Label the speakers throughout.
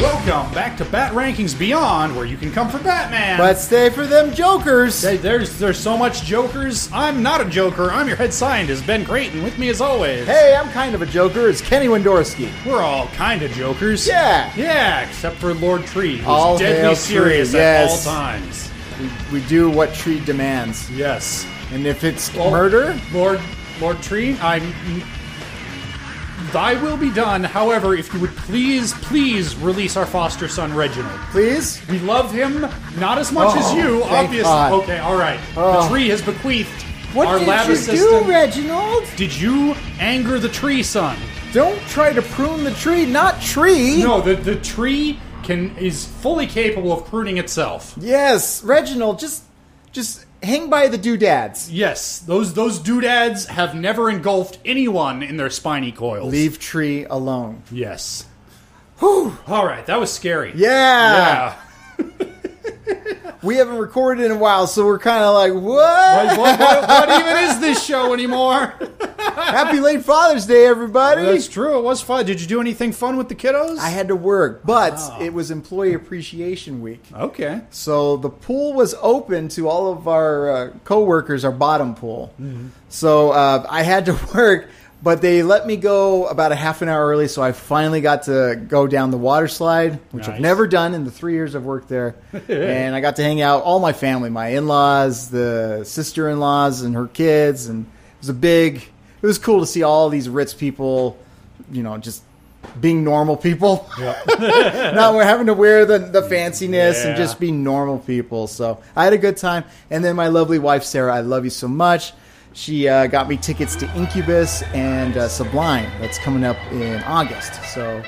Speaker 1: welcome back to Bat Rankings Beyond, where you can come for Batman.
Speaker 2: But stay for them jokers.
Speaker 1: Hey, there's there's so much jokers. I'm not a joker. I'm your head scientist, Ben Creighton, with me as always.
Speaker 2: Hey, I'm kind of a joker. It's Kenny Wendorski.
Speaker 1: We're all kind of jokers.
Speaker 2: Yeah.
Speaker 1: Yeah, except for Lord Tree, who's
Speaker 2: All
Speaker 1: deadly
Speaker 2: hail
Speaker 1: serious
Speaker 2: Tree,
Speaker 1: at all
Speaker 2: yes.
Speaker 1: times.
Speaker 2: We, we do what Tree demands.
Speaker 1: Yes.
Speaker 2: And if it's
Speaker 1: Oh.
Speaker 2: murder,
Speaker 1: Lord Lord Tree, I'm Thy will be done. However, if you would please, please release our foster son Reginald.
Speaker 2: please.
Speaker 1: We love him not as much as
Speaker 2: Oh,
Speaker 1: you,
Speaker 2: thank
Speaker 1: obviously.
Speaker 2: God.
Speaker 1: Okay, all right. The
Speaker 2: Oh.
Speaker 1: tree has bequeathed our lab assistant.
Speaker 2: do, Reginald?
Speaker 1: Did you anger the tree, son?
Speaker 2: Don't try to prune the tree, not tree.
Speaker 1: No, the the tree can is fully capable of pruning itself.
Speaker 2: Yes, Reginald, just just hang by the doodads.
Speaker 1: Yes, those those doodads have never engulfed anyone in their spiny coils.
Speaker 2: Leave Tree alone.
Speaker 1: Yes. All right, that was scary.
Speaker 2: Yeah.
Speaker 1: Yeah.
Speaker 2: We haven't recorded in a while, so we're kind of like, what?
Speaker 1: What, what- what- what even is this show anymore?
Speaker 2: Happy late Father's Day, everybody.
Speaker 1: That's true. It was fun. Did you do anything fun with the kiddos?
Speaker 2: I had to work, but
Speaker 1: Oh.
Speaker 2: it was Employee Appreciation Week.
Speaker 1: Okay.
Speaker 2: So the pool was open to all of our uh, coworkers, our bottom pool. So uh, I had to work, but they let me go about a half an hour early. So I finally got to go down the water slide, which
Speaker 1: Nice.
Speaker 2: I've never done in the three years I've worked there. and I got to hang out all my family, my in-laws, the sister-in-laws, and her kids. And it was a big. It was cool to see all these Ritz people, you know, just being normal people. not we're having to wear the, the fanciness
Speaker 1: Yeah.
Speaker 2: and just be normal people. So I had a good time. And then my lovely wife, Sarah, I love you so much. She uh, got me tickets to Incubus and uh, Sublime. That's coming up in August. So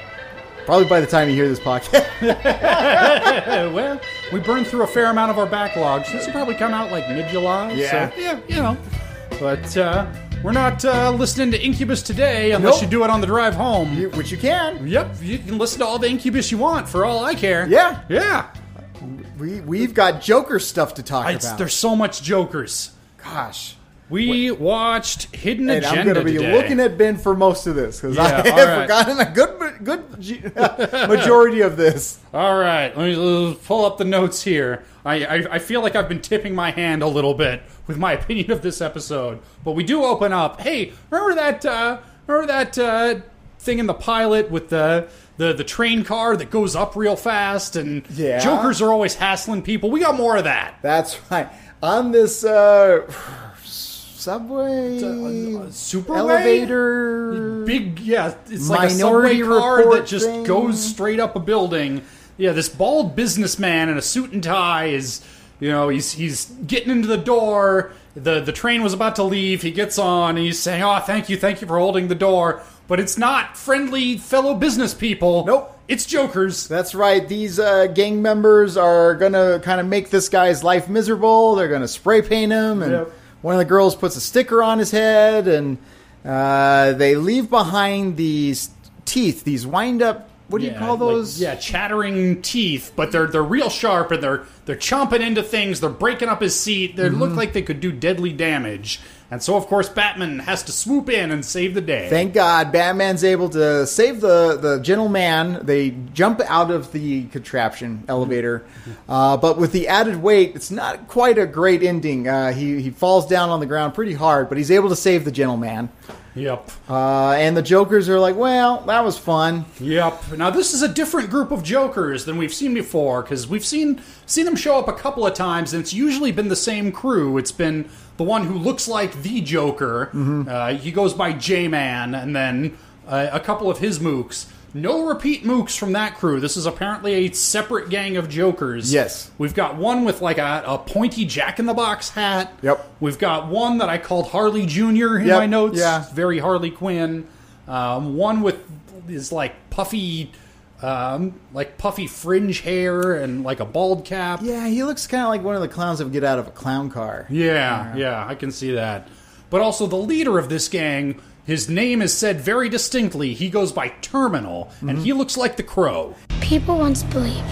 Speaker 2: probably by the time you hear this podcast.
Speaker 1: Uh, well, we burned through a fair amount of our backlogs. This will probably come out like mid-July.
Speaker 2: Yeah.
Speaker 1: So, yeah, you know. But uh, we're not uh, listening to Incubus today unless
Speaker 2: Nope.
Speaker 1: you do it on the drive home.
Speaker 2: you- which you can.
Speaker 1: Yep, you can listen to all the Incubus you want for all I care.
Speaker 2: Yeah.
Speaker 1: Yeah.
Speaker 2: We, we've got Joker stuff to talk
Speaker 1: It's,
Speaker 2: about.
Speaker 1: there's so much jokers.
Speaker 2: Gosh.
Speaker 1: We watched Hidden
Speaker 2: And
Speaker 1: Agenda
Speaker 2: I'm going to be
Speaker 1: today.
Speaker 2: looking at Ben for most of this because
Speaker 1: Yeah,
Speaker 2: I have
Speaker 1: all right.
Speaker 2: forgotten a good, good majority of this.
Speaker 1: All right, let me uh, pull up the notes here. I, I, I feel like I've been tipping my hand a little bit with my opinion of this episode, but we do open up. Hey, remember that? Uh, remember that uh, thing in the pilot with the, the the train car that goes up real fast and
Speaker 2: Yeah.
Speaker 1: jokers are always hassling people. We got more of that.
Speaker 2: That's right. On this uh, subway
Speaker 1: Super
Speaker 2: elevator,
Speaker 1: big yeah. It's like a subway
Speaker 2: Minority
Speaker 1: car
Speaker 2: Report
Speaker 1: that just
Speaker 2: thing.
Speaker 1: goes straight up a building. Yeah, this bald businessman in a suit and tie is, you know, he's he's getting into the door. the The train was about to leave. He gets on and he's saying, "Oh, thank you, thank you for holding the door." But it's not friendly fellow business people.
Speaker 2: Nope.
Speaker 1: it's jokers.
Speaker 2: That's right. These uh, gang members are gonna kind of make this guy's life miserable. They're gonna spray paint him, and
Speaker 1: Yep.
Speaker 2: one of the girls puts a sticker on his head, and uh, they leave behind these teeth, these wind up. What do you
Speaker 1: Yeah,
Speaker 2: call
Speaker 1: like-
Speaker 2: those?
Speaker 1: yeah, chattering teeth, but they're they're real sharp and they're they're chomping into things. They're breaking up his seat. They
Speaker 2: Mm-hmm.
Speaker 1: look like they could do deadly damage. And so, of course, Batman has to swoop in and save the day.
Speaker 2: Thank God, Batman's able to save the the gentleman. They jump out of the contraption elevator,
Speaker 1: Mm-hmm.
Speaker 2: uh, but with the added weight, it's not quite a great ending. Uh, he he falls down on the ground pretty hard, but he's able to save the gentleman.
Speaker 1: yep,
Speaker 2: Uh, and the Jokers are like, "Well, that was fun."
Speaker 1: yep. Now this is a different group of Jokers than we've seen before because we've seen seen them show up a couple of times, and it's usually been the same crew. It's been the one who looks like the Joker.
Speaker 2: Mm-hmm.
Speaker 1: Uh, he goes by J Man, and then uh, a couple of his mooks. No repeat mooks from that crew. This is apparently a separate gang of Jokers.
Speaker 2: Yes.
Speaker 1: We've got one with like a, a pointy Jack in the Box hat.
Speaker 2: Yep.
Speaker 1: We've got one that I called Harley Jr. in
Speaker 2: Yep,
Speaker 1: my notes.
Speaker 2: yeah.
Speaker 1: Very Harley Quinn. Um, one with is like puffy, um, like puffy fringe hair and like a bald cap.
Speaker 2: Yeah, he looks kind of like one of the clowns that would get out of a clown car.
Speaker 1: Yeah, yeah, I can see that. But also, the leader of this gang, his name is said very distinctly. He goes by Terminal, and he looks like the Crow.
Speaker 3: People once believed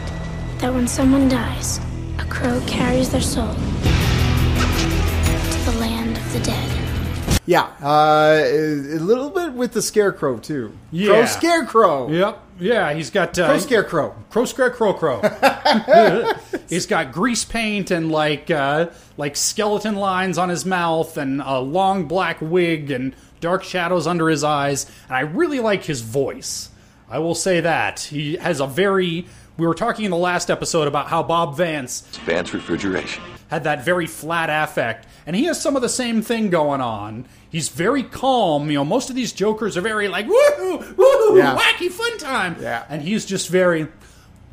Speaker 3: that when someone dies, a crow carries their soul to the land of the dead.
Speaker 2: Yeah, uh, a a little bit with the Scarecrow too.
Speaker 1: Yeah.
Speaker 2: Crow Scarecrow.
Speaker 1: Yep, Yeah, he's got uh,
Speaker 2: Pro Scarecrow.
Speaker 1: Crow Square Crow Crow. He's got grease paint and like uh, like skeleton lines on his mouth and a long black wig and dark shadows under his eyes. And I really like his voice. I will say that he has a very. We were talking in the last episode about how Bob Vance
Speaker 4: Vance Refrigeration.
Speaker 1: had that very flat affect, and he has some of the same thing going on. He's very calm. You know, most of these jokers are very like woohoo, woohoo,
Speaker 2: Yeah.
Speaker 1: wacky fun time.
Speaker 2: Yeah.
Speaker 1: and he's just very.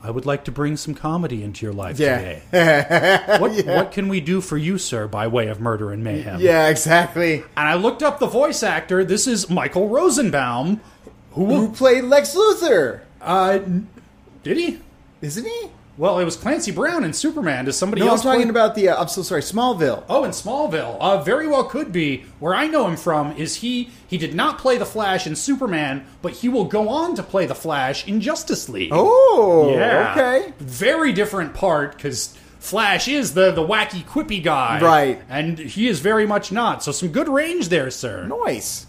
Speaker 1: I would like to bring some comedy into your life
Speaker 2: Yeah.
Speaker 1: today. What what can we do for you, sir, by way of murder and mayhem?
Speaker 2: Yeah, exactly.
Speaker 1: And I looked up the voice actor. This is Michael Rosenbaum.
Speaker 2: Who played Lex Luthor?
Speaker 1: Uh, n- did he?
Speaker 2: Isn't he?
Speaker 1: Well, it was Clancy Brown in Superman. Does somebody
Speaker 2: No, I'm
Speaker 1: else?
Speaker 2: talking
Speaker 1: play-
Speaker 2: about the. Uh, I'm so sorry, Smallville.
Speaker 1: Oh, in Smallville, uh, very well could be. Where I know him from is he he did not play the Flash in Superman, but he will go on to play the Flash in Justice League.
Speaker 2: Oh,
Speaker 1: yeah,
Speaker 2: okay.
Speaker 1: very different part because Flash is the the wacky quippy guy,
Speaker 2: Right.
Speaker 1: And he is very much not. So some good range there, sir.
Speaker 2: Nice.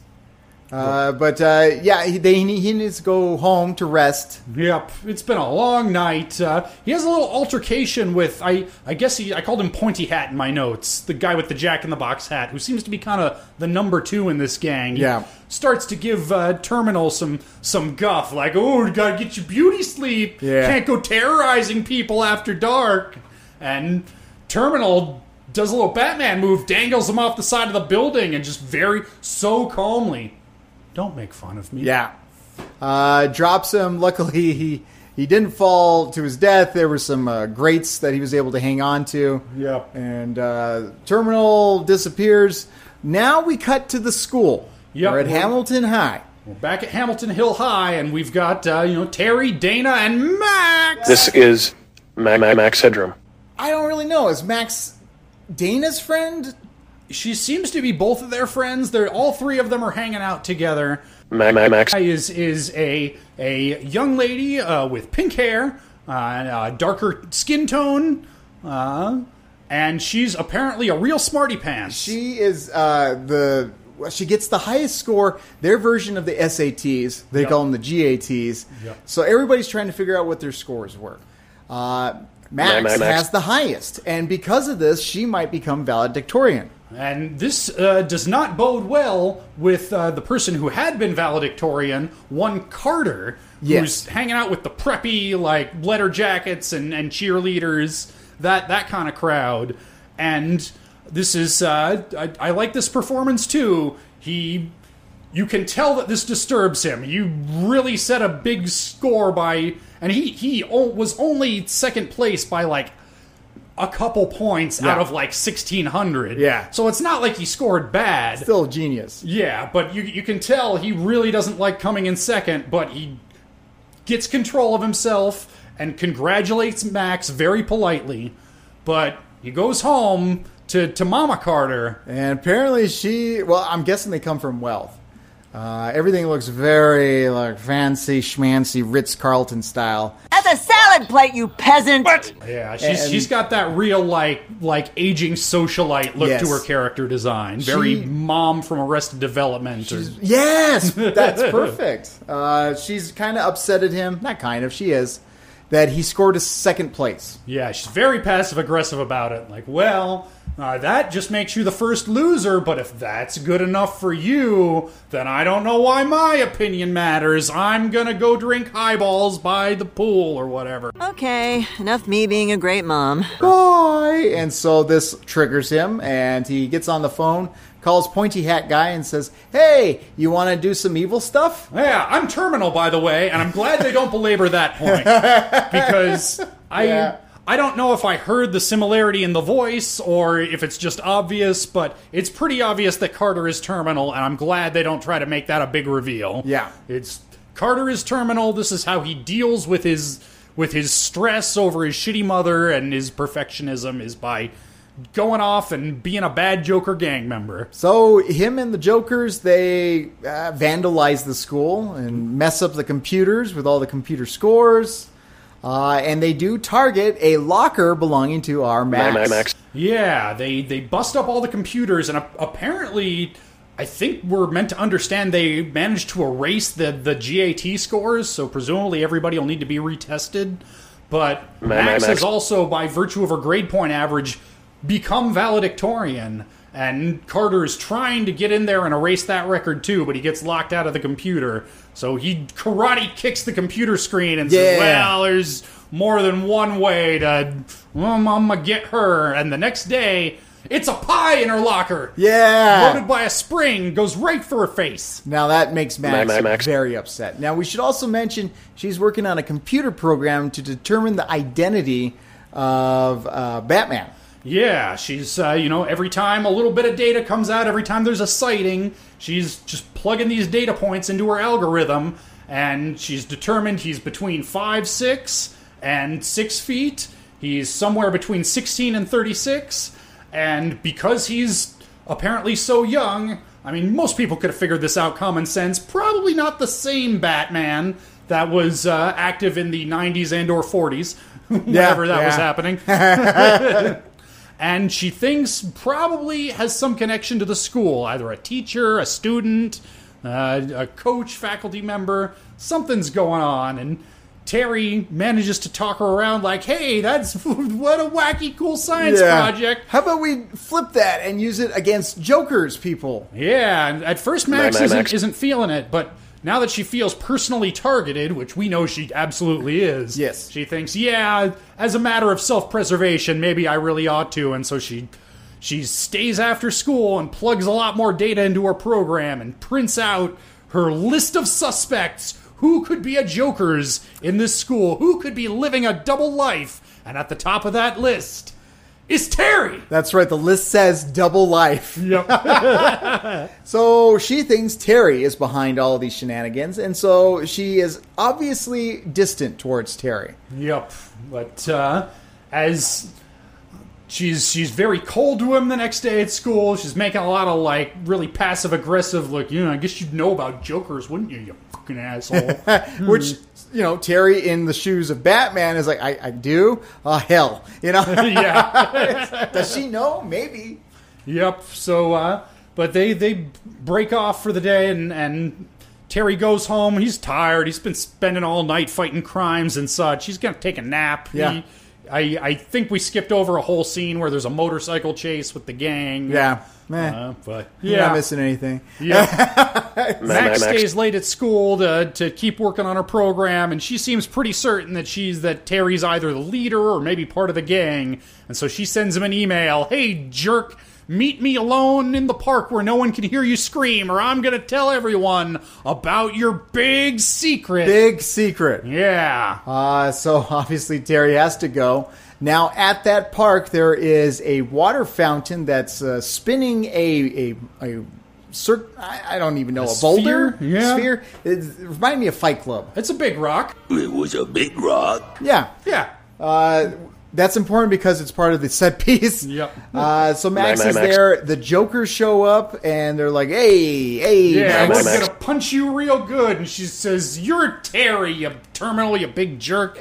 Speaker 2: Uh, but uh, yeah, he, they, he needs to go home to rest.
Speaker 1: Yep, it's been a long night. Uh, he has a little altercation with I. I guess he. I called him Pointy Hat in my notes. The guy with the Jack in the Box hat, who seems to be kind of the number two in this gang. He
Speaker 2: Yeah.
Speaker 1: starts to give uh, Terminal some some guff, like, "Oh, you gotta get your beauty sleep.
Speaker 2: Yeah.
Speaker 1: Can't go terrorizing people after dark." And Terminal does a little Batman move, dangles him off the side of the building, and just very so calmly, "Don't make fun of me."
Speaker 2: Yeah. Uh, drops him. Luckily, he he didn't fall to his death. There were some uh, grates that he was able to hang on to.
Speaker 1: Yep.
Speaker 2: And uh, terminal disappears. Now we cut to the school.
Speaker 1: Yep.
Speaker 2: We're at Hamilton High.
Speaker 1: We're back at Hamilton Hill High, and we've got uh, you know Terry, Dana, and Max.
Speaker 5: This is Ma- Ma- Max Headroom.
Speaker 2: I don't really know. Is Max Dana's friend?
Speaker 1: She seems to be both of their friends. They're all three of them are hanging out together.
Speaker 5: Ma- Ma- Max.
Speaker 1: Guy Is is a a young lady uh, with pink hair, uh, and a darker skin tone, uh, and she's apparently a real smarty pants.
Speaker 2: She is uh, the. well, She gets the highest score. Their version of the SATs, they
Speaker 1: Yep.
Speaker 2: call them the GATs.
Speaker 1: Yep.
Speaker 2: So everybody's trying to figure out what their scores were. Uh, Max,
Speaker 5: Max.
Speaker 2: has the highest, and because of this, she might become valedictorian.
Speaker 1: And this uh, does not bode well with uh, the person who had been valedictorian, one Carter,
Speaker 2: Yes.
Speaker 1: who's hanging out with the preppy, like letter jackets and, and cheerleaders, that that kind of crowd. And this is uh, I, I like this performance too. He, you can tell that this disturbs him. You really set a big score by, and he he o- was only second place by like a couple points out of like 1600
Speaker 2: Yeah.
Speaker 1: so it's not like he scored bad
Speaker 2: Still a genius.
Speaker 1: yeah but you, you can tell he really doesn't like coming in second but he gets control of himself and congratulates max very politely but he goes home to, to mama carter
Speaker 2: And apparently, she. Well, I'm guessing they come from wealth. Uh, everything looks very like fancy schmancy Ritz Carlton style.
Speaker 6: That's a salad plate, you peasant!
Speaker 1: yeah she's,
Speaker 2: And-
Speaker 1: she's got that real like like aging socialite look
Speaker 2: Yes.
Speaker 1: to her character design very
Speaker 2: She-
Speaker 1: mom from arrested development or,
Speaker 2: Yes, that's perfect. Uh, she's kind of upset at him. Not kind of. She is that he scored a second place.
Speaker 1: Yeah, she's very passive aggressive about it. Like, well, uh, that just makes you the first loser, but if that's good enough for you, then I don't know why my opinion matters. I'm gonna go drink highballs by the pool or whatever.
Speaker 6: Okay, enough me being a great mom.
Speaker 2: Bye. And so this triggers him, and he gets on the phone, calls Pointy Hat Guy, and says, "Hey, you want to do some evil stuff?"
Speaker 1: Yeah, I'm terminal, by the way, and I'm glad they don't belabor that point because I
Speaker 2: Yeah.
Speaker 1: I don't know if I heard the similarity in the voice or if it's just obvious, but it's pretty obvious that Carter is terminal, and I'm glad they don't try to make that a big reveal.
Speaker 2: Yeah.
Speaker 1: it's Carter is terminal. This is how he deals with his with his stress over his shitty mother and his perfectionism is by going off and being a bad Joker gang member.
Speaker 2: So him and the Jokers they uh, vandalize the school and mess up the computers with all the computer scores. Uh, and they do target a locker belonging to our
Speaker 5: Ma- Ma- Max.
Speaker 1: Yeah, they they bust up all the computers and ap- apparently I think we're meant to understand they managed to erase the, the GAT scores, so presumably everybody will need to be retested. But
Speaker 5: Ma- ma-
Speaker 1: Max has
Speaker 5: max.
Speaker 1: also, by virtue of her grade point average, become valedictorian. And Carter is trying to get in there and erase that record too, but he gets locked out of the computer. So he karate kicks the computer screen and says,
Speaker 2: Yeah.
Speaker 1: Well, there's more than one way to. Um, I'm gonna get her. And the next day, it's a pie in her locker
Speaker 2: Yeah.
Speaker 1: loaded by a spring, goes right for her face.
Speaker 2: Now that makes Max,
Speaker 5: Ma- ma- Max.
Speaker 2: very upset. Now we should also mention she's working on a computer program to determine the identity of uh, Batman.
Speaker 1: Yeah, she's, uh, you know, every time a little bit of data comes out, every time there's a sighting, she's just plugging these data points into her algorithm, and she's determined he's between 5, 6 and 6 feet. He's somewhere between 16 and 36, and because he's apparently so young, I mean, most people could have figured this out common sense. Probably not the same Batman that was uh, active in the 90s and or 40s, whenever that was
Speaker 2: yeah.
Speaker 1: happening. and she thinks probably has some connection to the school either a teacher a student uh, a coach faculty member something's going on and terry manages to talk her around like hey that's what a wacky cool science project
Speaker 2: How about we flip that and use it against Joker's people?
Speaker 1: yeah and at first max
Speaker 5: Max.
Speaker 1: isn't, isn't feeling it but now that she feels personally targeted which we know she absolutely is
Speaker 2: Yes.
Speaker 1: she thinks yeah as a matter of self-preservation maybe i really ought to and so she She stays after school and plugs a lot more data into her program and prints out her list of suspects who could be a jokers in this school, who could be living a double life. And at the top of that list is Terry.
Speaker 2: That's right. The list says double life.
Speaker 1: Yep.
Speaker 2: So she thinks Terry is behind all these shenanigans, and so she is obviously distant towards Terry.
Speaker 1: yep. But uh, as she's she's very cold to him the next day at school, she's making a lot of like really passive aggressive look, you know, I guess you'd know about jokers, wouldn't you, you fucking asshole?
Speaker 2: Which, you know, Terry in the shoes of Batman is like, I, I do? Oh, hell. You know?
Speaker 1: yeah.
Speaker 2: Does she know? Maybe.
Speaker 1: Yep. So, uh, but they they break off for the day, and and Terry goes home. He's tired. He's been spending all night fighting crimes and such. He's gonna take a nap.
Speaker 2: Yeah.
Speaker 1: He- I, I think we skipped over a whole scene where there's a motorcycle chase with the gang.
Speaker 2: Yeah. Meh.
Speaker 1: Uh, but
Speaker 2: You're
Speaker 1: yeah,
Speaker 2: not missing anything.
Speaker 1: yeah. Max
Speaker 5: Max.
Speaker 1: stays late at school to, to keep working on her program, and she seems pretty certain that she's that Terry's either the leader or maybe part of the gang, and so she sends him an email: "Hey, jerk." Meet me alone in the park where no one can hear you scream, or I'm gonna tell everyone about your big secret.
Speaker 2: Big secret.
Speaker 1: yeah.
Speaker 2: Uh, so obviously Terry has to go. Now at that park there is a water fountain that's uh, spinning a a a cir- I, I don't even know a, boulder
Speaker 1: sphere? Yeah.
Speaker 2: sphere. It, it reminded me of Fight Club.
Speaker 1: it's a big rock.
Speaker 4: It was a big rock.
Speaker 2: Yeah.
Speaker 1: Yeah.
Speaker 2: Uh, that's important because it's part of the set piece.
Speaker 1: Yep.
Speaker 2: Uh, so Max
Speaker 5: Max, Max,
Speaker 2: is
Speaker 5: Max.
Speaker 2: there. The Jokers show up and they're like, "Hey, hey,
Speaker 1: Yeah,
Speaker 2: Max."
Speaker 1: I'm
Speaker 5: Max.
Speaker 1: gonna punch you real good. And she says, You're Terry, you terminal, you big jerk.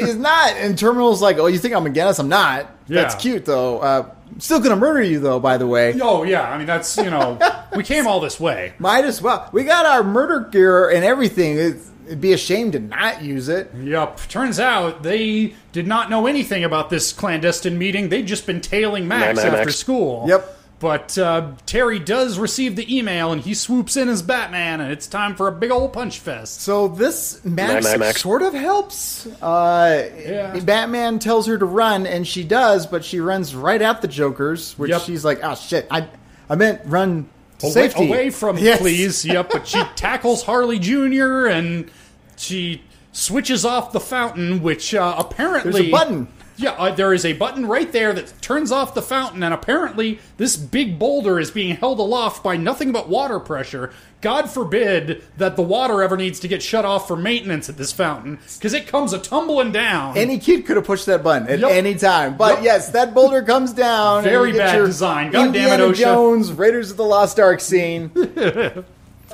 Speaker 2: He's not. And Terminal's like, oh, you think I'm against? I'm not. That's
Speaker 1: Yeah.
Speaker 2: cute, though. Uh, still going to murder you, though, by the way.
Speaker 1: Oh, yeah. I mean, that's, you know, we came all this way.
Speaker 2: Might as well. We got our murder gear and everything. It's, it'd be a shame to not use it.
Speaker 1: Yup. Turns out they did not know anything about this clandestine meeting. They'd just been tailing Max
Speaker 5: Ma- ma-
Speaker 1: after
Speaker 5: Max.
Speaker 1: school.
Speaker 2: Yep.
Speaker 1: But uh, Terry does receive the email, and he swoops in as Batman, and it's time for a big old punch fest.
Speaker 2: So this Max,
Speaker 5: Ma- ma- Max.
Speaker 2: sort of helps. Uh,
Speaker 1: Yeah.
Speaker 2: Batman tells her to run, and she does, but she runs right at the Joker's, which
Speaker 1: Yep.
Speaker 2: she's like, oh, shit. I, I meant run to
Speaker 1: Away-
Speaker 2: safety.
Speaker 1: away from,
Speaker 2: Yes.
Speaker 1: please. Yep. But she tackles Harley Jr. and she switches off the fountain, which uh, apparently
Speaker 2: There's a button.
Speaker 1: Yeah, uh, there is a button right there that turns off the fountain, and apparently this big boulder is being held aloft by nothing but water pressure. God forbid that the water ever needs to get shut off for maintenance at this fountain, because it comes a tumbling down.
Speaker 2: Any kid could have pushed that button at
Speaker 1: Yep.
Speaker 2: any time. But
Speaker 1: Yep.
Speaker 2: yes, that boulder comes down. and
Speaker 1: Very
Speaker 2: you get
Speaker 1: bad
Speaker 2: your
Speaker 1: design. God damn it,
Speaker 2: Indiana
Speaker 1: OSHA.
Speaker 2: Jones, Raiders of the Lost Ark scene.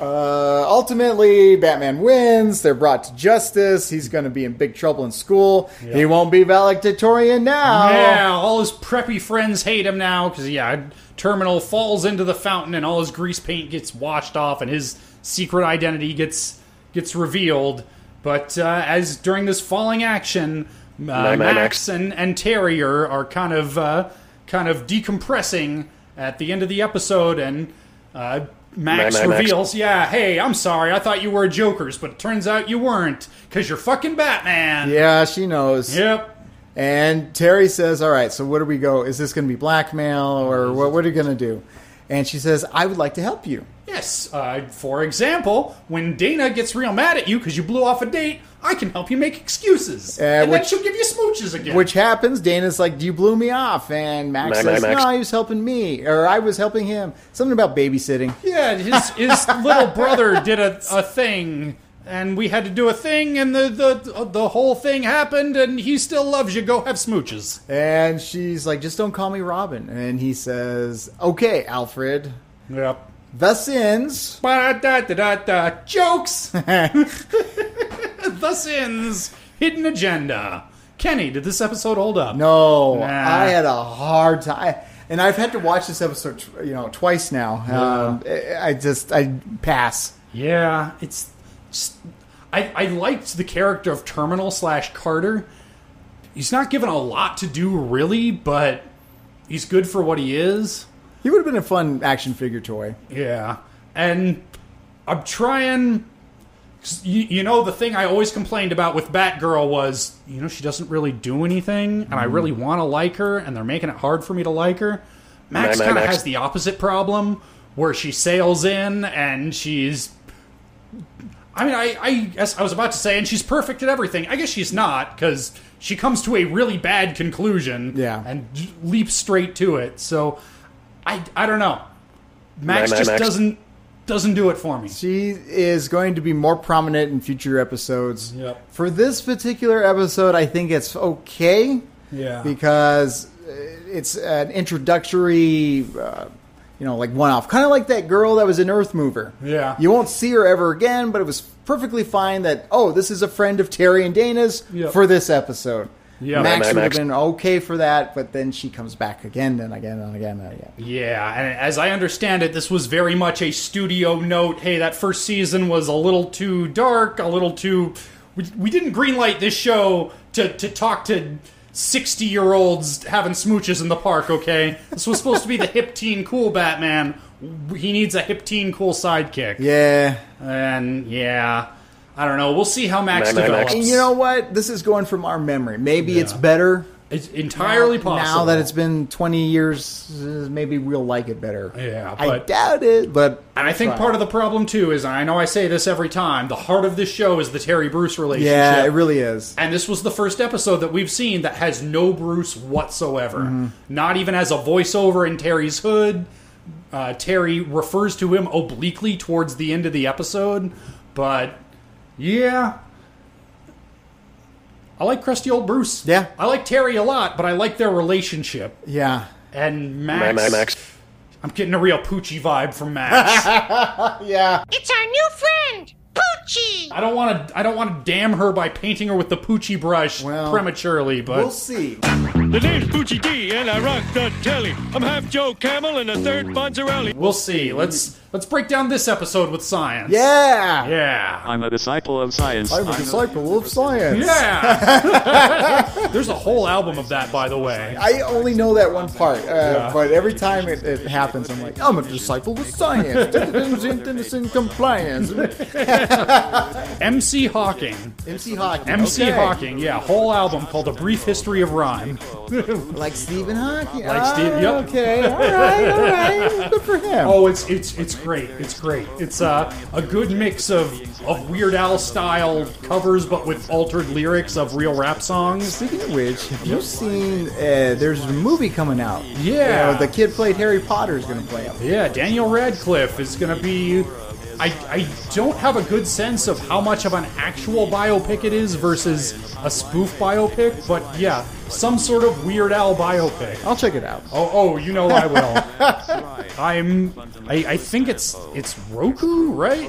Speaker 2: Uh, ultimately, Batman wins. They're brought to justice. He's going to be in big trouble in school. He won't be valedictorian now.
Speaker 1: Yeah, all his preppy friends hate him now because yeah, Terminal falls into the fountain and all his grease paint gets washed off and his secret identity gets gets revealed. But uh, as during this falling action, uh,
Speaker 5: Max.
Speaker 1: Max and, and Terry are, are kind of uh, kind of decompressing at the end of the episode, and uh, Max
Speaker 5: Max.
Speaker 1: reveals, "Yeah, hey, I'm sorry, I thought you were Joker's, but it turns out you weren't because you're fucking Batman."
Speaker 2: Yeah, she knows.
Speaker 1: Yep.
Speaker 2: And Terry says, "All right, so where do we go? Is this going to be blackmail or what? What are you going to do?" And she says, "I would like to help you."
Speaker 1: Yes, uh, for example, when Dana gets real mad at you because you blew off a date, I can help you make excuses. and then
Speaker 2: Uh, which-
Speaker 1: she'll give you smooches again.
Speaker 2: Which happens. Dana's like, "You blew me off," and Max
Speaker 5: Max,
Speaker 2: says,
Speaker 5: Max.
Speaker 2: "No, he was helping me, or I was helping him." Something about babysitting.
Speaker 1: yeah, his, his little brother did a, a thing, and we had to do a thing, and the, the, the whole thing happened, and he still loves you. Go have smooches.
Speaker 2: And she's like, "Just don't call me Robin." And he says, "Okay, Alfred."
Speaker 1: Yep.
Speaker 2: Thus ends.
Speaker 1: Ba-da-da-da-da. Jokes! the Sins, Hidden Agenda. Kenny, did this episode hold up?
Speaker 2: No,
Speaker 1: Nah.
Speaker 2: I had a hard time, and I've had to watch this episode, tw- you know, twice now. Um, I I just I pass.
Speaker 1: Yeah, it's. Just, I I liked the character of Terminal slash Carter. He's not given a lot to do really, but he's good for what he is.
Speaker 2: He would have been a fun action figure toy.
Speaker 1: Yeah, and I'm trying. 'cause You, you know the thing I always complained about with Batgirl was you know she doesn't really do anything, and I really want to like her, and they're making it hard for me to like her. Max
Speaker 5: Ma- ma-
Speaker 1: kind of
Speaker 5: Max.
Speaker 1: has the opposite problem where she sails in and she's. I mean, I, I guess I was about to say, and she's perfect at everything. I guess she's not because she comes to a really bad conclusion,
Speaker 2: Yeah.
Speaker 1: and j- leaps straight to it. So, I, I don't know. Max
Speaker 5: Max
Speaker 1: just
Speaker 5: Max.
Speaker 1: doesn't doesn't do it for me.
Speaker 2: She is going to be more prominent in future episodes.
Speaker 1: Yep.
Speaker 2: For this particular episode, I think it's okay
Speaker 1: Yeah.
Speaker 2: because uh, it's an introductory, uh, you know, like one-off, kind of like that girl that was in Earth Mover.
Speaker 1: Yeah.
Speaker 2: You won't see her ever again, but it was perfectly fine that oh, this is a friend of Terry and Dana's
Speaker 1: Yep.
Speaker 2: for this episode.
Speaker 1: Yeah.
Speaker 2: Max
Speaker 5: Max.
Speaker 2: would have been okay for that, but then she comes back again and again and again and again.
Speaker 1: yeah, and as I understand it, this was very much a studio note. Hey, that first season was a little too dark, a little too. We, we didn't greenlight this show to to talk to sixty year olds having smooches in the park. Okay, this was supposed to be the hip teen cool Batman. He needs a hip teen cool sidekick.
Speaker 2: Yeah.
Speaker 1: and yeah, I don't know. We'll see how Max
Speaker 5: Ma- ma- Max.
Speaker 1: develops.
Speaker 2: And you know what? This is going from our memory. Maybe it's better
Speaker 1: it's entirely
Speaker 2: now,
Speaker 1: possible
Speaker 2: now that it's been 20 years. uh, Maybe we'll like it better.
Speaker 1: Yeah,
Speaker 2: I
Speaker 1: but-
Speaker 2: doubt it, but
Speaker 1: And I think
Speaker 2: try.
Speaker 1: part of the problem too is, and I know I say this every time, the heart of this show is the Terry Bruce relationship.
Speaker 2: yeah, it really is.
Speaker 1: And this was the first episode that we've seen that has no Bruce whatsoever.
Speaker 2: Mm-hmm.
Speaker 1: Not even as a voiceover in Terry's hood. Uh, Terry refers to him obliquely towards the end of the episode, but yeah. I like crusty old Bruce.
Speaker 2: Yeah.
Speaker 1: I like Terry a lot, but I like their relationship.
Speaker 2: Yeah,
Speaker 1: And
Speaker 5: Max.
Speaker 1: Max,
Speaker 5: Max. Max.
Speaker 1: I'm getting a real Poochie vibe from Max.
Speaker 2: yeah.
Speaker 7: It's our new friend, Poochie!
Speaker 1: I don't want to. I don't want to damn her by painting her with the Poochie brush
Speaker 2: Well,
Speaker 1: prematurely.
Speaker 2: We'll
Speaker 1: But
Speaker 2: see.
Speaker 8: The name's Poochie D, and I rock the telly. I'm half Joe Camel and a third Bonzarelli.
Speaker 1: we'll see. Let's let's break down this episode with science.
Speaker 2: Yeah,
Speaker 1: Yeah.
Speaker 9: I'm a disciple of science.
Speaker 2: I'm a disciple of science.
Speaker 1: Yeah. There's a whole album of that, by the way.
Speaker 2: I only know that one part, uh, but every time it, it happens, I'm like, I'm a disciple of science. Innocent compliance.
Speaker 1: MC Hawking.
Speaker 2: MC Hawking.
Speaker 1: MC
Speaker 2: okay.
Speaker 1: Hawking. Yeah. Whole album called A Brief History of Rhyme.
Speaker 2: Like Stephen Hawking.
Speaker 1: Like Steve-
Speaker 2: Ah,
Speaker 1: yep.
Speaker 2: Okay. All right. All right. Good for him.
Speaker 1: Oh, it's it's it's great. It's great. It's uh, a good mix of of Weird Al style covers, but with altered lyrics of real rap songs.
Speaker 2: Speaking of which, have you seen? Uh, there's a movie coming out.
Speaker 1: Yeah.
Speaker 2: Uh, the kid played Harry Potter is going to play him.
Speaker 1: Yeah, Daniel Radcliffe is going to be. I, I don't have a good sense of how much of an actual biopic it is versus a spoof biopic, but yeah, some sort of Weird Al biopic.
Speaker 2: I'll check it out.
Speaker 1: Oh, oh, you know I will. I'm. I, I think it's it's Roku, right?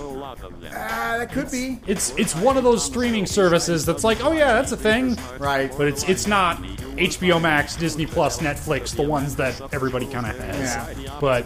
Speaker 2: Ah, that could be.
Speaker 1: It's it's one of those streaming services that's like, oh yeah, that's a thing,
Speaker 2: Right.
Speaker 1: but it's it's not HBO Max, Disney Plus, Netflix, the ones that everybody kind of has. But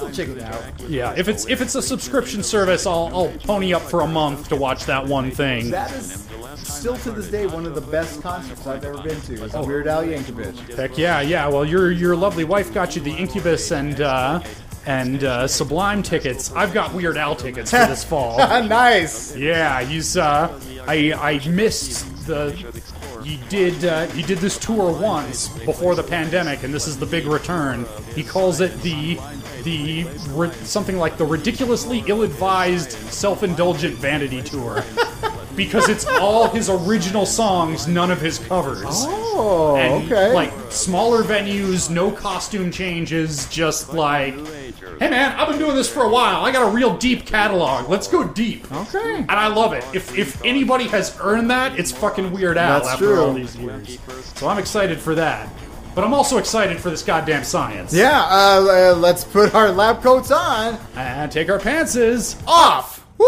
Speaker 2: We'll check it out.
Speaker 1: yeah, if it's if it's a subscription service, I'll I'll pony up for a month to watch that one thing.
Speaker 2: That is still to this day one of the best concerts I've ever been to. Is Weird Al Yankovic.
Speaker 1: Heck yeah, yeah. Well, your your lovely wife got you the Incubus and uh, and uh, Sublime tickets. I've got Weird Al tickets for this fall.
Speaker 2: Ah, nice.
Speaker 1: Yeah, he's. Uh, I I missed the. He did. Uh, he did this tour once before the pandemic, and this is the big return. He calls it the the ri- something like the ridiculously ill-advised, self-indulgent vanity tour. Because it's all his original songs, none of his covers.
Speaker 2: Oh,
Speaker 1: And,
Speaker 2: okay.
Speaker 1: Like smaller venues, no costume changes, just like, hey man, I've been doing this for a while. I got a real deep catalog. Let's go deep.
Speaker 2: Okay.
Speaker 1: And I love it. If if anybody has earned that, it's fucking Weird Al
Speaker 2: That's
Speaker 1: after
Speaker 2: true.
Speaker 1: all these years. So I'm excited for that. But I'm also excited for this goddamn science.
Speaker 2: yeah. Uh, uh, let's put our lab coats on.
Speaker 1: And take our pantses.
Speaker 2: Off. Woo.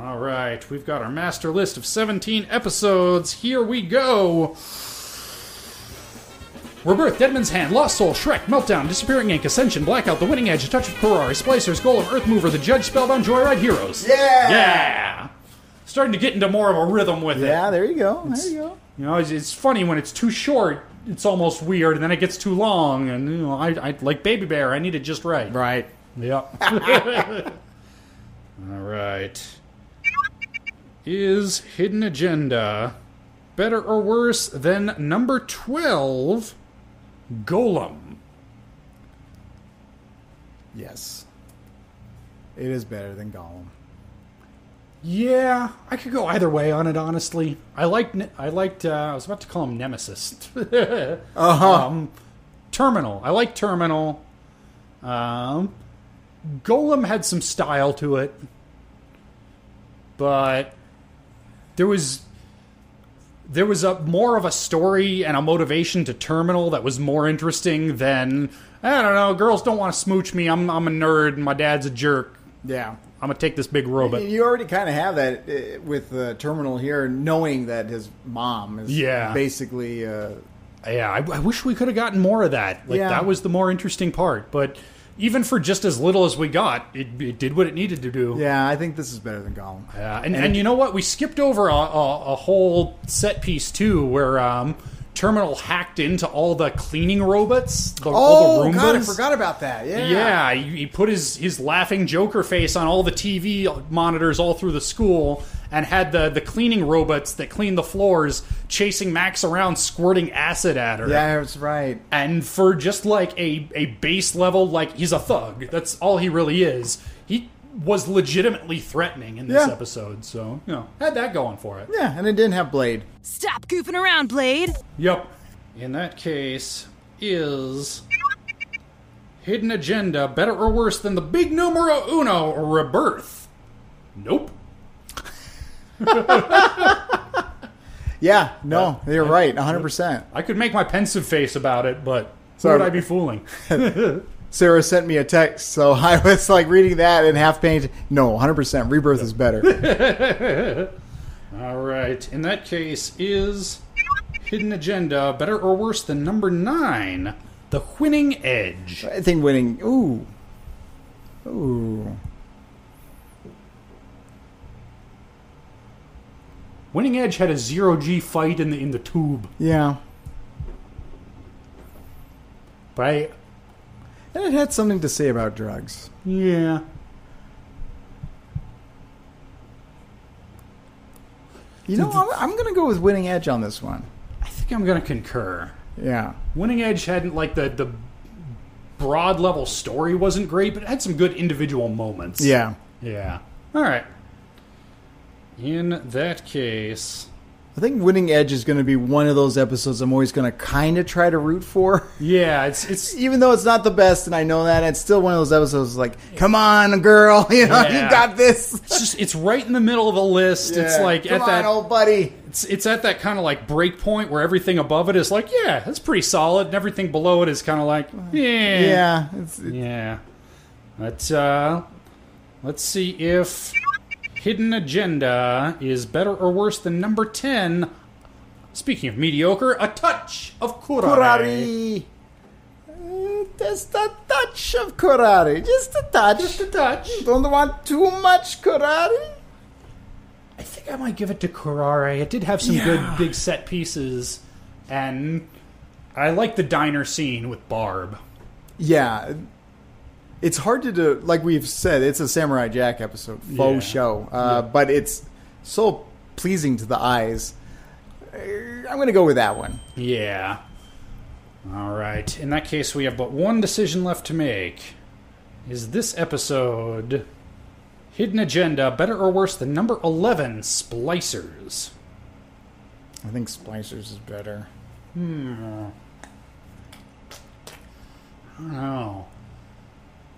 Speaker 1: All right, we've got our master list of 17 episodes. Here we go. Rebirth, Deadman's Hand, Lost Soul, Shrek, Meltdown, Disappearing Ink, Ascension, Blackout, The Winning Edge, A Touch of Ferrari, Splicers, Goal of Earth Mover, The Judge, Spellbound, Joyride, Heroes.
Speaker 2: Yeah.
Speaker 1: Yeah. Starting to get into more of a rhythm with it.
Speaker 2: Yeah. There you go. There you go.
Speaker 1: You know, it's, it's funny when it's too short, it's almost weird, and then it gets too long, and you know, I, I like Baby Bear, I need it just right.
Speaker 2: Right.
Speaker 1: Yep. All right. Is Hidden Agenda better or worse than number 12, Golem?
Speaker 2: Yes. It is better than Gollum.
Speaker 1: Yeah, I could go either way on it. Honestly, I liked. Ne- I liked. Uh, I was about to call him Nemesis. uh huh. Um, Terminal. I like Terminal. Um, Golem had some style to it, but there was there was a more of a story and a motivation to Terminal that was more interesting than I don't know. Girls don't want to smooch me. I'm I'm a nerd and my dad's a jerk.
Speaker 2: Yeah.
Speaker 1: I'm gonna take this big robot.
Speaker 2: you already kind of have that uh, with uh, Terminal here, knowing that his mom is
Speaker 1: Yeah.
Speaker 2: basically uh,
Speaker 1: Yeah, I, I wish we could have gotten more of that. Like
Speaker 2: Yeah.
Speaker 1: that was the more interesting part. But even for just as little as we got, it, it did what it needed to do.
Speaker 2: Yeah, I think this is better than Gollum.
Speaker 1: Uh, and, and you know what? We skipped over a, a, a whole set piece too, where um, Terminal hacked into all the cleaning robots. The, all the
Speaker 2: Oh
Speaker 1: Roombas.
Speaker 2: God, I forgot about that. Yeah,
Speaker 1: Yeah, he, he put his, his laughing Joker face on all the TV monitors all through the school and had the, the cleaning robots that clean the floors chasing Max around, squirting acid at her
Speaker 2: Yeah, that's right.
Speaker 1: and for just like a, a base level like he's a thug that's all he really is he was legitimately threatening in this
Speaker 2: Yeah.
Speaker 1: episode so you know had that going for it
Speaker 2: Yeah, and it didn't have Blade.
Speaker 9: Stop goofing around, Blade.
Speaker 1: yep in that case is hidden agenda better or worse than the big numero uno rebirth nope
Speaker 2: Yeah, no, you're right, 100. percent
Speaker 1: i could make my pensive face about it but who
Speaker 2: Sorry.
Speaker 1: would i be fooling
Speaker 2: Sarah sent me a text, so I was like reading that in half paint. No, 100. percent Rebirth is better.
Speaker 1: All right. In that case, is Hidden Agenda better or worse than number nine, The Winning Edge?
Speaker 2: I think winning. Ooh, ooh.
Speaker 1: Winning Edge had a zero G fight in the in the tube,
Speaker 2: Yeah,
Speaker 1: but I
Speaker 2: and it had something to say about drugs.
Speaker 1: yeah.
Speaker 2: You know, I'm, I'm gonna go with winning edge on this one.
Speaker 1: I think I'm gonna concur.
Speaker 2: Yeah,
Speaker 1: Winning Edge hadn't like the the broad level story wasn't great, but it had some good individual moments.
Speaker 2: yeah.
Speaker 1: Yeah. All right. In that case,
Speaker 2: I think Winning Edge is going to be one of those episodes I'm always going to kind of try to root for.
Speaker 1: Yeah, it's it's
Speaker 2: Even though it's not the best, and I know that, it's still one of those episodes like, come on, girl, you know,
Speaker 1: Yeah.
Speaker 2: you got this.
Speaker 1: it's just it's right in the middle of the list. It's
Speaker 2: Yeah.
Speaker 1: like
Speaker 2: come
Speaker 1: at that
Speaker 2: on, old buddy.
Speaker 1: it's, it's at that kind of like break point where everything above it is like, yeah, that's pretty solid, and everything below it is kind of like, yeah,
Speaker 2: Yeah, it's, it-
Speaker 1: yeah. But uh, let's see if Hidden Agenda is better or worse than number ten. Speaking of mediocre, a touch of kurare.
Speaker 2: Kurari. Uh, Just a touch of karate. Just a touch.
Speaker 1: Just a touch.
Speaker 2: Don't want too much karate.
Speaker 1: I think I might give it to Kurare. It did have some good big set pieces, and I like the diner scene with Barb.
Speaker 2: Yeah. It's hard to do. Like we've said, it's a Samurai Jack episode, faux
Speaker 1: Yeah.
Speaker 2: show. Uh, But it's so pleasing to the eyes. Uh, I'm going to go with that one.
Speaker 1: Yeah. All right. In that case, we have but one decision left to make. Is this episode Hidden Agenda better or worse than number 11 Splicers?
Speaker 2: I think Splicers is better.
Speaker 1: Oh.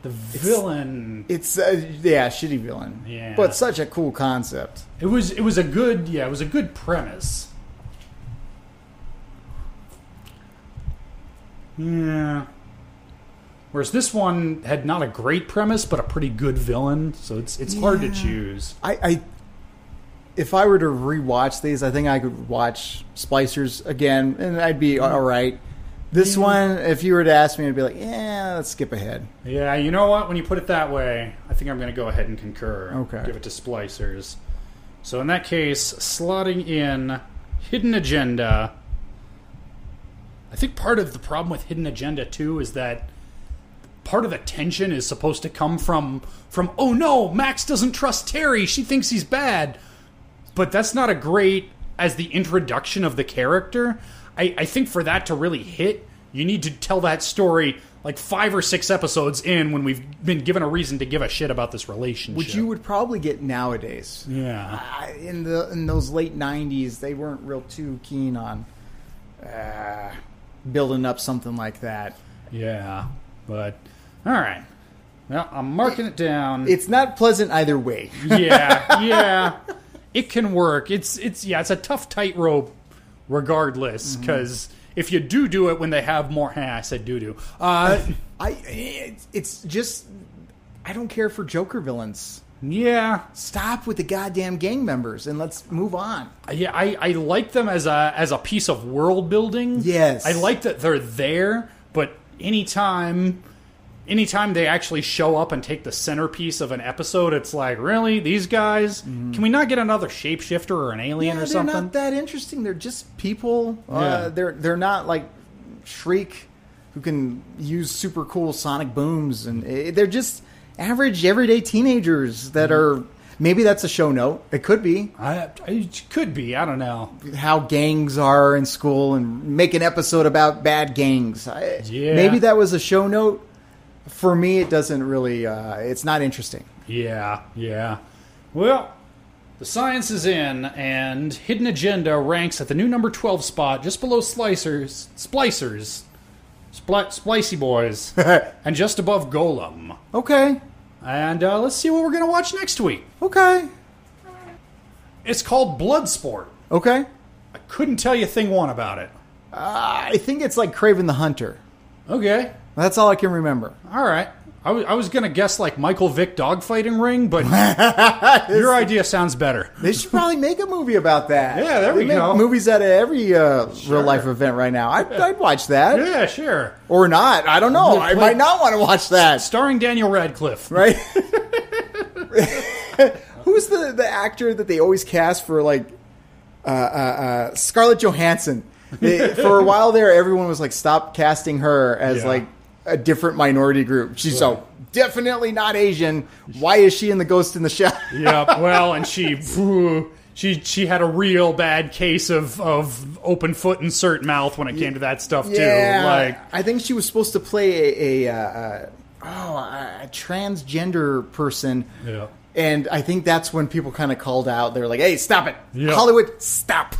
Speaker 1: The villain.
Speaker 2: It's, uh, yeah, shitty villain.
Speaker 1: Yeah.
Speaker 2: But such a cool concept.
Speaker 1: It was it was a good, yeah, it was a good premise. Yeah. Whereas this one had not a great premise, but a pretty good villain, so it's it's hard to choose.
Speaker 2: I, I if I were to rewatch these, I think I could watch Splicers again, and I'd be all right. This one, if you were to ask me, I'd be like, yeah, let's skip ahead.
Speaker 1: Yeah, you know what? When you put it that way, I think I'm going to go ahead and concur.
Speaker 2: Okay.
Speaker 1: Give it to Splicers. So in that case, slotting in Hidden Agenda. I think part of the problem with Hidden Agenda too is that part of the tension is supposed to come from from oh no, Max doesn't trust Terry. She thinks he's bad. But that's not a great as the introduction of the character. I, I think for that to really hit, you need to tell that story like five or six episodes in when we've been given a reason to give a shit about this relationship.
Speaker 2: Which you would probably get nowadays.
Speaker 1: Yeah.
Speaker 2: I- In the in those late '90s, they weren't real too keen on uh, building up something like that.
Speaker 1: Yeah, but all right. Well, I'm marking it down.
Speaker 2: It's not pleasant either way.
Speaker 1: yeah, yeah. It can work. It's it's yeah. It's a tough tightrope, regardless, because if you do do it when they have more, hey, I said do do. Uh,
Speaker 2: I it's, it's just I don't care for Joker villains.
Speaker 1: yeah,
Speaker 2: Stop with the goddamn gang members and let's move on.
Speaker 1: yeah. I, I like them as a as a piece of world building.
Speaker 2: Yes.
Speaker 1: I like that they're there, but anytime. Anytime they actually show up and take the centerpiece of an episode, it's like, really, these guys? Can we not get another shapeshifter or an alien
Speaker 2: Yeah,
Speaker 1: or
Speaker 2: they're
Speaker 1: something?
Speaker 2: not that interesting. They're just people.
Speaker 1: Yeah.
Speaker 2: Uh, they're they're not like Shriek, who can use super cool sonic booms, and eh, they're just average everyday teenagers that
Speaker 1: Mm-hmm.
Speaker 2: are. Maybe that's a show note. It could be
Speaker 1: I, it could be. I don't know.
Speaker 2: how gangs are in school and make an episode about bad gangs. I,
Speaker 1: Yeah.
Speaker 2: Maybe that was a show note. For me, it doesn't really. Uh, it's not interesting.
Speaker 1: Yeah, yeah. Well, the science is in, and Hidden Agenda ranks at the new number 12 spot, just below Slicers, Splicers, Spli- Splicey Boys, and just above Golem.
Speaker 2: Okay.
Speaker 1: And uh, let's see what we're going to watch next week.
Speaker 2: Okay.
Speaker 1: It's called Bloodsport.
Speaker 2: Okay.
Speaker 1: I couldn't tell you thing one about it.
Speaker 2: I think it's like Craven the Hunter.
Speaker 1: Okay,
Speaker 2: That's all I can remember.
Speaker 1: all right. I was, I was going to guess like Michael Vick dogfighting ring, but your idea sounds better.
Speaker 2: They should probably make a movie about that.
Speaker 1: Yeah, there
Speaker 2: They
Speaker 1: we
Speaker 2: make
Speaker 1: go.
Speaker 2: Movies out of every uh, real life event right now. I'd, I'd watch that
Speaker 1: Yeah, sure.
Speaker 2: or not. I don't know. I might not want to watch that.
Speaker 1: Starring Daniel Radcliffe.
Speaker 2: Right? Who's the the actor that they always cast for like uh, uh, uh, Scarlett Johansson? They- for a while there, everyone was like, stop casting her as
Speaker 1: Yeah.
Speaker 2: like a different minority group. She's so definitely not Asian. Why is she in the Ghost in the Shell?
Speaker 1: yeah, well, and she she she had a real bad case of of open foot insert mouth when it came to that stuff too. Like
Speaker 2: I think she was supposed to play a, a, uh uh oh, a transgender person.
Speaker 1: Yeah.
Speaker 2: And I think that's when people kind of called out. They were like, "Hey, stop it,
Speaker 1: Yeah.
Speaker 2: Hollywood, stop!"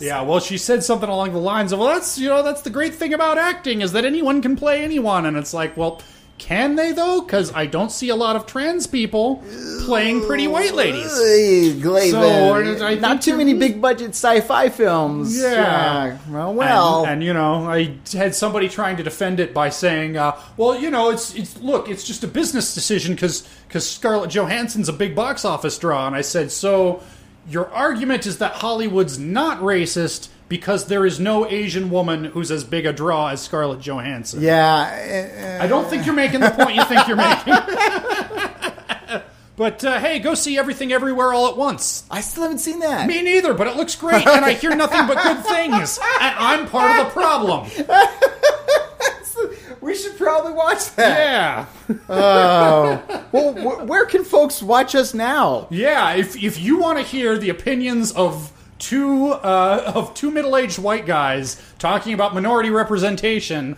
Speaker 1: Yeah, well, she said something along the lines of, "Well, that's you know, that's the great thing about acting is that anyone can play anyone," and it's like, well, can they though? Because I don't see a lot of trans people playing pretty white ladies.
Speaker 2: Hey, Glaven.
Speaker 1: So, and I think
Speaker 2: not too
Speaker 1: you're-
Speaker 2: many big budget sci-fi films.
Speaker 1: Yeah.
Speaker 2: Well, well.
Speaker 1: and, and, you know, I had somebody trying to defend it by saying, uh, "Well, you know, it's it's look, it's just a business decision because Scarlett Johansson's a big box office draw." And I said, "So your argument is that Hollywood's not racist because there is no Asian woman who's as big a draw as Scarlett Johansson."
Speaker 2: yeah.
Speaker 1: I don't think you're making the point you think you're making. but uh, hey, go see everything everywhere all at once.
Speaker 2: I still haven't seen that.
Speaker 1: Me neither, but it looks great, and I hear nothing but good things. And I'm part of the problem.
Speaker 2: We should probably watch that.
Speaker 1: Yeah,
Speaker 2: Well, wh- where can folks watch us now?
Speaker 1: yeah. If if you want to hear the opinions of two uh, of two middle aged white guys talking about minority representation,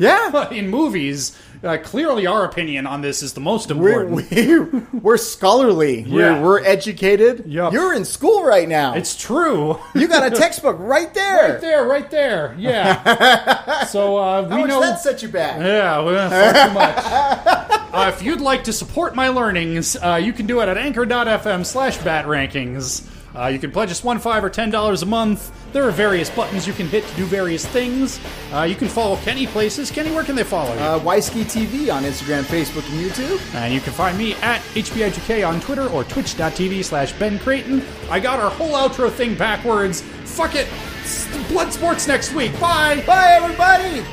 Speaker 2: Yeah.
Speaker 1: in movies, uh, clearly our opinion on this is the most
Speaker 2: We're,
Speaker 1: important.
Speaker 2: we're, we're scholarly.
Speaker 1: Yeah.
Speaker 2: We're, we're educated.
Speaker 1: Yup.
Speaker 2: You're in school right now.
Speaker 1: it's true.
Speaker 2: you got a textbook right there.
Speaker 1: Right there, right there. Yeah. so uh, we
Speaker 2: How much
Speaker 1: know
Speaker 2: that set you back?
Speaker 1: Yeah, well, far too much. Uh, if you'd like to support my learnings, uh, you can do it at anchor.fm slash bat rankings. Uh, you can pledge us one, five, or ten dollars a month. There are various buttons you can hit to do various things. Uh, you can follow Kenny places. Kenny, where can they follow you?
Speaker 2: Uh, Wisky TV on Instagram, Facebook, and YouTube.
Speaker 1: and you can find me at HBIGK on Twitter or twitch.tv slash Ben Creighton. I got our whole outro thing backwards. Fuck it. S- Blood sports next week. Bye.
Speaker 2: Bye, everybody.